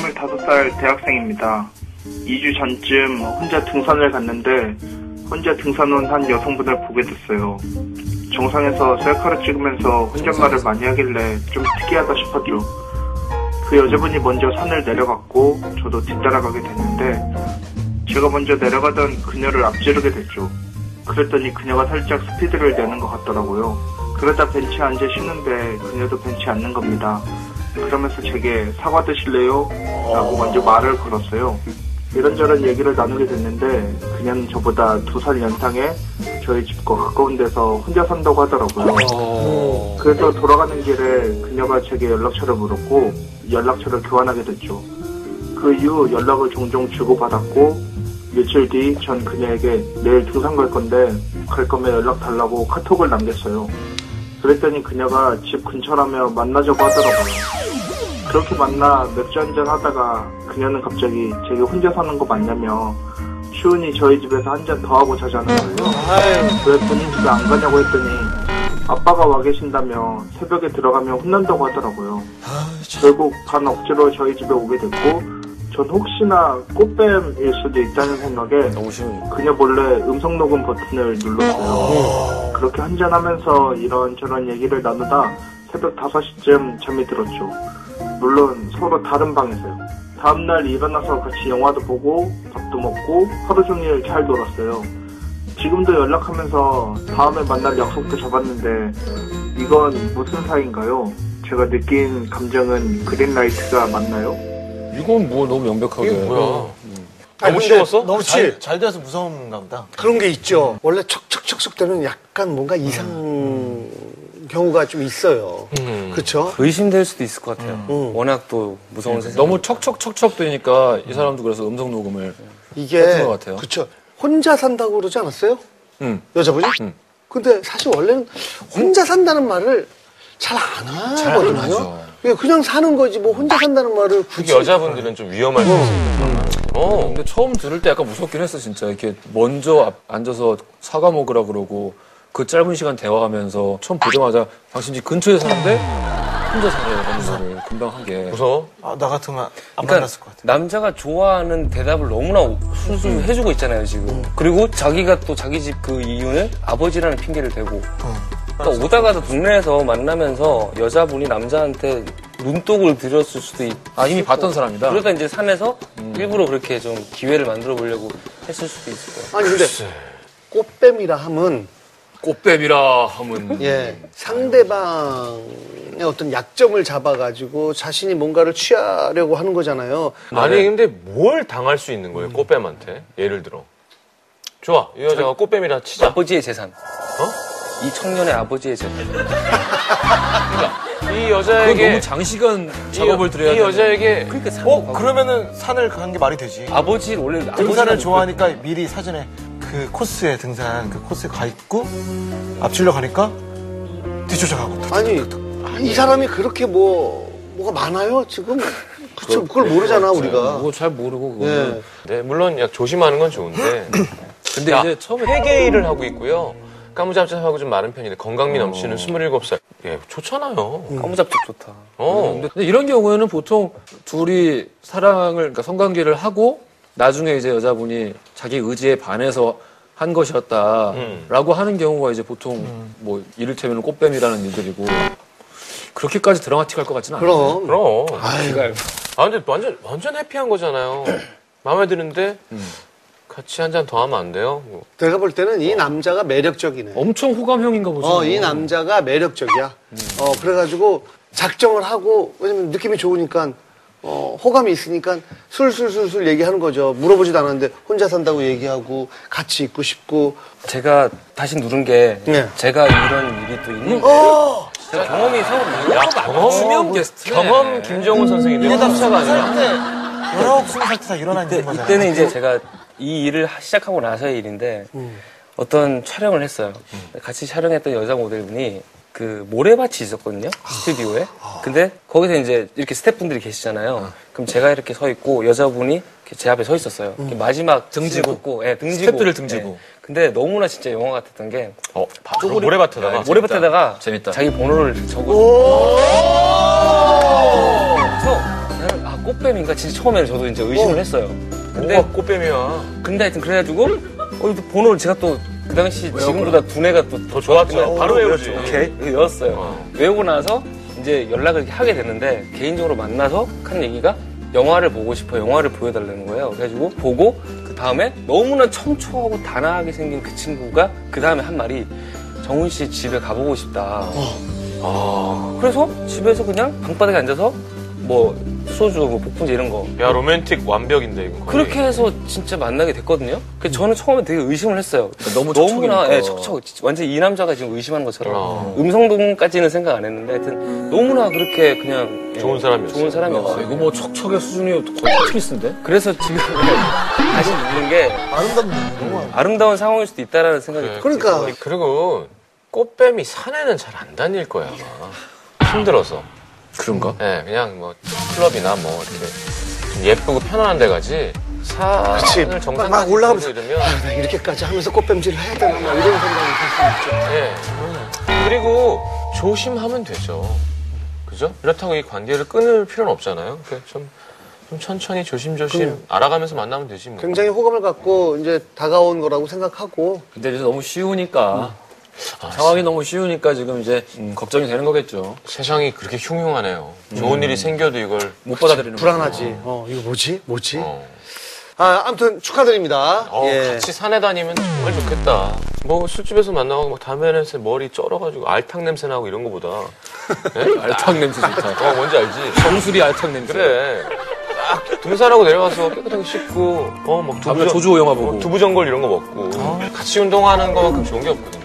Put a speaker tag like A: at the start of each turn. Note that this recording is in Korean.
A: 19살 대학생입니다. 2주 전쯤 혼자 등산을 갔는데 혼자 등산 온 한 여성분을 보게 됐어요. 정상에서 셀카를 찍으면서 혼잣말을 많이 하길래 좀 특이하다 싶었죠. 그 여자분이 먼저 산을 내려갔고 저도 뒤따라가게 됐는데 제가 먼저 내려가던 그녀를 앞지르게 됐죠. 그랬더니 그녀가 살짝 스피드를 내는 것 같더라고요. 그러다 벤치에 앉아 쉬는데 그녀도 벤치에 앉는 겁니다. 그러면서 제게 사과 드실래요? 라고 먼저 말을 걸었어요. 이런저런 얘기를 나누게 됐는데 그녀는 저보다 두 살 연상에 저희 집과 가까운 데서 혼자 산다고 하더라고요.
B: 어.
A: 그래서 돌아가는 길에 그녀가 제게 연락처를 물었고 연락처를 교환하게 됐죠. 그 이후 연락을 종종 주고받았고 며칠 뒤 전 그녀에게 내일 등산 갈 건데 갈 거면 연락 달라고 카톡을 남겼어요. 그랬더니 그녀가 집 근처라며 만나자고 하더라고요. 그렇게 만나 맥주 한잔 하다가 그녀는 갑자기 제게 혼자 사는 거 맞냐며 추운이 저희 집에서 한 잔 더 하고 자자는 거예요.
B: 아유,
A: 왜 본인 집에 안 가냐고 했더니 아빠가 와 계신다며 새벽에 들어가면 혼난다고 하더라고요.
B: 아유, 참.
A: 결국 반 억지로 저희 집에 오게 됐고 전 혹시나 꽃뱀일 수도 있다는 생각에
C: 너무 쉬우니까.
A: 그녀 몰래 음성 녹음 버튼을 눌렀어요. 그렇게 한잔하면서 이런저런 얘기를 나누다 새벽 5시쯤 잠이 들었죠. 물론 서로 다른 방에서요. 다음날 일어나서 같이 영화도 보고 밥도 먹고 하루 종일 잘 놀았어요. 지금도 연락하면서 다음에 만날 약속도 잡았는데 이건 무슨 사이인가요? 제가 느낀 감정은 그린라이트가 맞나요?
C: 이건 뭐 너무 명백하게.
B: 이게 뭐야?
D: 아니,
B: 너무
D: 근데
B: 쉬웠어?
D: 너무
C: 잘,
D: 잘,
C: 잘 돼서 무서운가 보다.
D: 그런 게 있죠. 원래 척척척척 되는 약간 뭔가 이상 경우가 좀 있어요. 그렇죠?
E: 의심될 수도 있을 것
B: 음.
E: 같아요. 워낙 또 무서운 세상.
B: 너무 척척척척 되니까 이 사람도 그래서 음성 녹음을.
D: 이게
B: 같은 것 같아요.
D: 그렇죠. 혼자 산다고 그러지 않았어요?
B: 음.
D: 여자분이? 근데 사실 원래는 혼자 산다는 말을 잘 안 하거든요.
B: 하죠.
D: 예, 그냥 사는 거지 뭐 혼자 산다는 말을
F: 특히
D: 굳이
F: 여자분들은 좀 위험할 수 있어요.
B: 음.
F: 어.
B: 근데 처음 들을 때 약간 무섭긴 했어, 진짜. 이렇게 먼저 앞- 앉아서 사과 먹으라 그러고 그 짧은 시간 대화하면서 처음 보자마자 당신 집 근처에 사는데 혼자 살아요. 라는 거를 금방 한 게.
F: 무서워?
C: 아, 나 같으면 안
E: 그러니까
C: 만났을 것 같아.
E: 남자가 좋아하는 대답을 너무나 순순히 해주고 있잖아요 지금.
B: 음.
E: 그리고 자기가 또 자기 집 그 이유는 아버지라는 핑계를 대고.
B: 음.
E: 그러니까 오다가도 동네에서 만나면서 여자분이 남자한테 눈독을 들였을 수도 있.
B: 아, 이미 봤던
F: 음.
B: 사람이다?
E: 그러다 이제 산에서 일부러 그렇게 좀 기회를 만들어 보려고 했을 수도 있을 거예요.
D: 아니 근데 꽃뱀이라 함은
B: 꽃뱀이라 하면.
D: 예, 상대방의 어떤 약점을 잡아가지고 자신이 뭔가를 취하려고 하는 거잖아요.
F: 아니 근데 뭘 당할 수 있는
B: 음.
F: 거예요 꽃뱀한테? 예를 들어. 좋아 이 여자가 꽃뱀이라 치자.
E: 아버지의 재산.
F: 어?
E: 이 청년의 아버지의 재산.
F: 이
B: 그건 너무
F: 여자에게
B: 장시간
F: 이 여-
B: 작업을 들여야
F: 이
B: 되는
F: 여자에게
E: 그러니까 산
C: 어,
E: 가고.
C: 그러면은 산을 가는 게 말이 되지.
E: 아버지를 원래
C: 등산을
E: 아버지라고
C: 좋아하니까 미리 사전에 그 코스에 등산 그 코스에 가 있고 앞질러 가니까 뒤쫓아가고 또
D: 아니, 이 사람이 그렇게 뭐, 뭐가 많아요, 지금? 그쵸, 그걸 모르잖아, 우리가.
B: 뭐잘 모르고 그거는.
D: 예.
F: 네 물론 약 조심하는 건 좋은데.
B: 근데
F: 야,
B: 이제 처음에
F: 회계일을 하고 있고요. 까무잡잡하고 좀 마른 편인데 건강미
D: 어.
F: 넘치는 27살. 예 좋잖아요.
E: 까무잡잡 좋다.
F: 어.
B: 근데 근데 이런 경우에는 보통 둘이 사랑을 그러니까 성관계를 하고 나중에 이제 여자분이 자기 의지에 반해서 한
F: 음.
B: 것이었다라고 하는 경우가 이제 보통 뭐 이를테면 꽃뱀이라는 일들이고 그렇게까지 드라마틱할 것 같지는 않아요.
D: 그럼.
F: 그럼.
D: 아유,
F: 아 근데 완전 완전 해피한 거잖아요. 마음에 드는데 같이 한 잔 더 하면 안 돼요? 뭐.
D: 내가 볼 때는 이 남자가 매력적이네.
B: 엄청 호감형인가 보죠.
D: 어, 이 남자가 매력적이야. 어, 그래가지고 작정을 하고, 왜냐면 느낌이 좋으니까, 어, 호감이 있으니까 술술술술 얘기하는 거죠. 물어보지도 않았는데 혼자 산다고 얘기하고 같이 있고 싶고.
E: 제가 다시 누른 게
D: 네.
E: 제가 이런 일이 또 있는 거예요.
D: 어!
E: 제가 경험이 서로
F: 야,
B: 주명
F: 경험,
B: 게스트네. 음.
F: 경험 김정은 선생님이에요.
C: 스무 살 때, 19, 20살 때 일어난 일인 거잖아.
E: 이때는 이제 제가 이 일을 하- 시작하고 나서의 일인데
B: 음.
E: 어떤 촬영을 했어요. 같이 촬영했던 여자 모델분이 그 모래밭이 있었거든요 스튜디오에. 근데 거기서 이제 이렇게 스태프분들이 계시잖아요.
B: 음.
E: 그럼 제가 이렇게 서 있고 여자분이 이렇게 제 앞에 서 있었어요. 이렇게 마지막
B: 음. 등지고.
E: 고 예, 등지고
B: 스태프들을 등지고.
E: 예. 근데 너무나 진짜 영화 같았던 게
F: 어, 바- 모래밭에다가.
E: 네, 모래밭에다가
B: 아, 재밌다.
E: 자기 번호를 적어서 그래서 나는 아 꽃뱀이 해보니까 진짜 처음에는 저도 이제 의심을 했어요. 근데
F: 뭐가 꽃뱀이야.
E: 근데 하여튼 그래가지고 어, 또 번호를 제가 또 그 당시 지금보다 두뇌가 또 더 좋았기 때문에
F: 좋았죠. 바로 외우지.
E: 어, 그렇죠. 네, 오케이 외웠어요.
F: 어.
E: 외우고 나서 이제 연락을 하게 됐는데 개인적으로 만나서 한 얘기가 영화를 보고 싶어 영화를 보여달라는 거예요. 그래가지고 보고 그 다음에 너무나 청초하고 단아하게 생긴 그 친구가 그 다음에 한 말이 정훈 씨 집에 가보고 싶다. 어.
F: 아,
E: 그래서 집에서 그냥 방바닥에 앉아서 뭐 소주, 뭐 복분제 이런 거
F: 야 로맨틱 완벽인데 이거. 거의.
E: 그렇게 해서 진짜 만나게 됐거든요. 그 저는 처음에 되게 의심을 했어요.
B: 너무
E: 너무나
B: 척척이니까.
E: 예, 척척. 진짜 완전 이 남자가 지금 의심하는 것처럼 음.
F: 어.
E: 음성동까지는 생각 안 했는데
B: 음.
E: 하여튼 너무나 그렇게 그냥 예,
F: 좋은 사람이었어요. 네.
E: 좋은
B: 야,
E: 사람이었어요.
B: 이거 뭐 척척의 수준이 거의 트리스인데?
E: 그래서 지금 다시 묻는 게
C: 아름답네. 영화.
E: 아름다운 상황일 수도 있다라는 생각이
F: 그래.
D: 그러니까
F: 아니, 그리고 꽃뱀이 산에는 잘 안 다닐 거야 아마. 힘들어서.
B: 그런가?
F: 예, 그냥 뭐 클럽이나 뭐 이렇게 좀 예쁘고 편안한 데 가지.
D: 그치.
F: 산을
D: 막-
F: 정상
D: 막 올라가면서.
F: 이러면
D: 아, 나 이렇게까지 하면서 꽃뱀질을 해야 되나 막 이런 생각이 들 수 있죠.
F: 예. 그리고 조심하면 되죠. 그죠? 그렇다고 이 관계를 끊을 필요는 없잖아요. 그러니까 좀, 좀 천천히 조심조심 알아가면서 만나면 되지 뭐.
D: 굉장히 호감을 갖고 이제 다가온 거라고 생각하고
B: 근데 이제 너무 쉬우니까 상황이 너무 쉬우니까 지금 이제 아, 음, 걱정이 되는 거겠죠.
F: 세상이 그렇게 흉흉하네요.
D: 음.
F: 좋은 일이 생겨도 이걸
D: 뭐,
B: 못 받아들이는 거죠.
D: 불안하지. 어, 이거 뭐지? 뭐지?
F: 어.
D: 아, 아무튼 축하드립니다. 예.
F: 어, 같이 산에 다니면 정말 좋겠다. 뭐 술집에서 만나고 막 담배 냄새 머리 쩔어가지고 알탕 냄새 나고 이런 거보다. 예?
B: 아. 알탕 냄새 좋다.
F: 어 뭔지 알지?
B: 정수리 알탕 냄새.
F: 그래. 딱 등산하고 내려가서 깨끗하게 씻고 어막 뭐
B: 다음날 조주호 영화 보고. 아.
F: 두부전골 이런 거 먹고 같이 운동하는 거만큼 좋은 게 없거든요.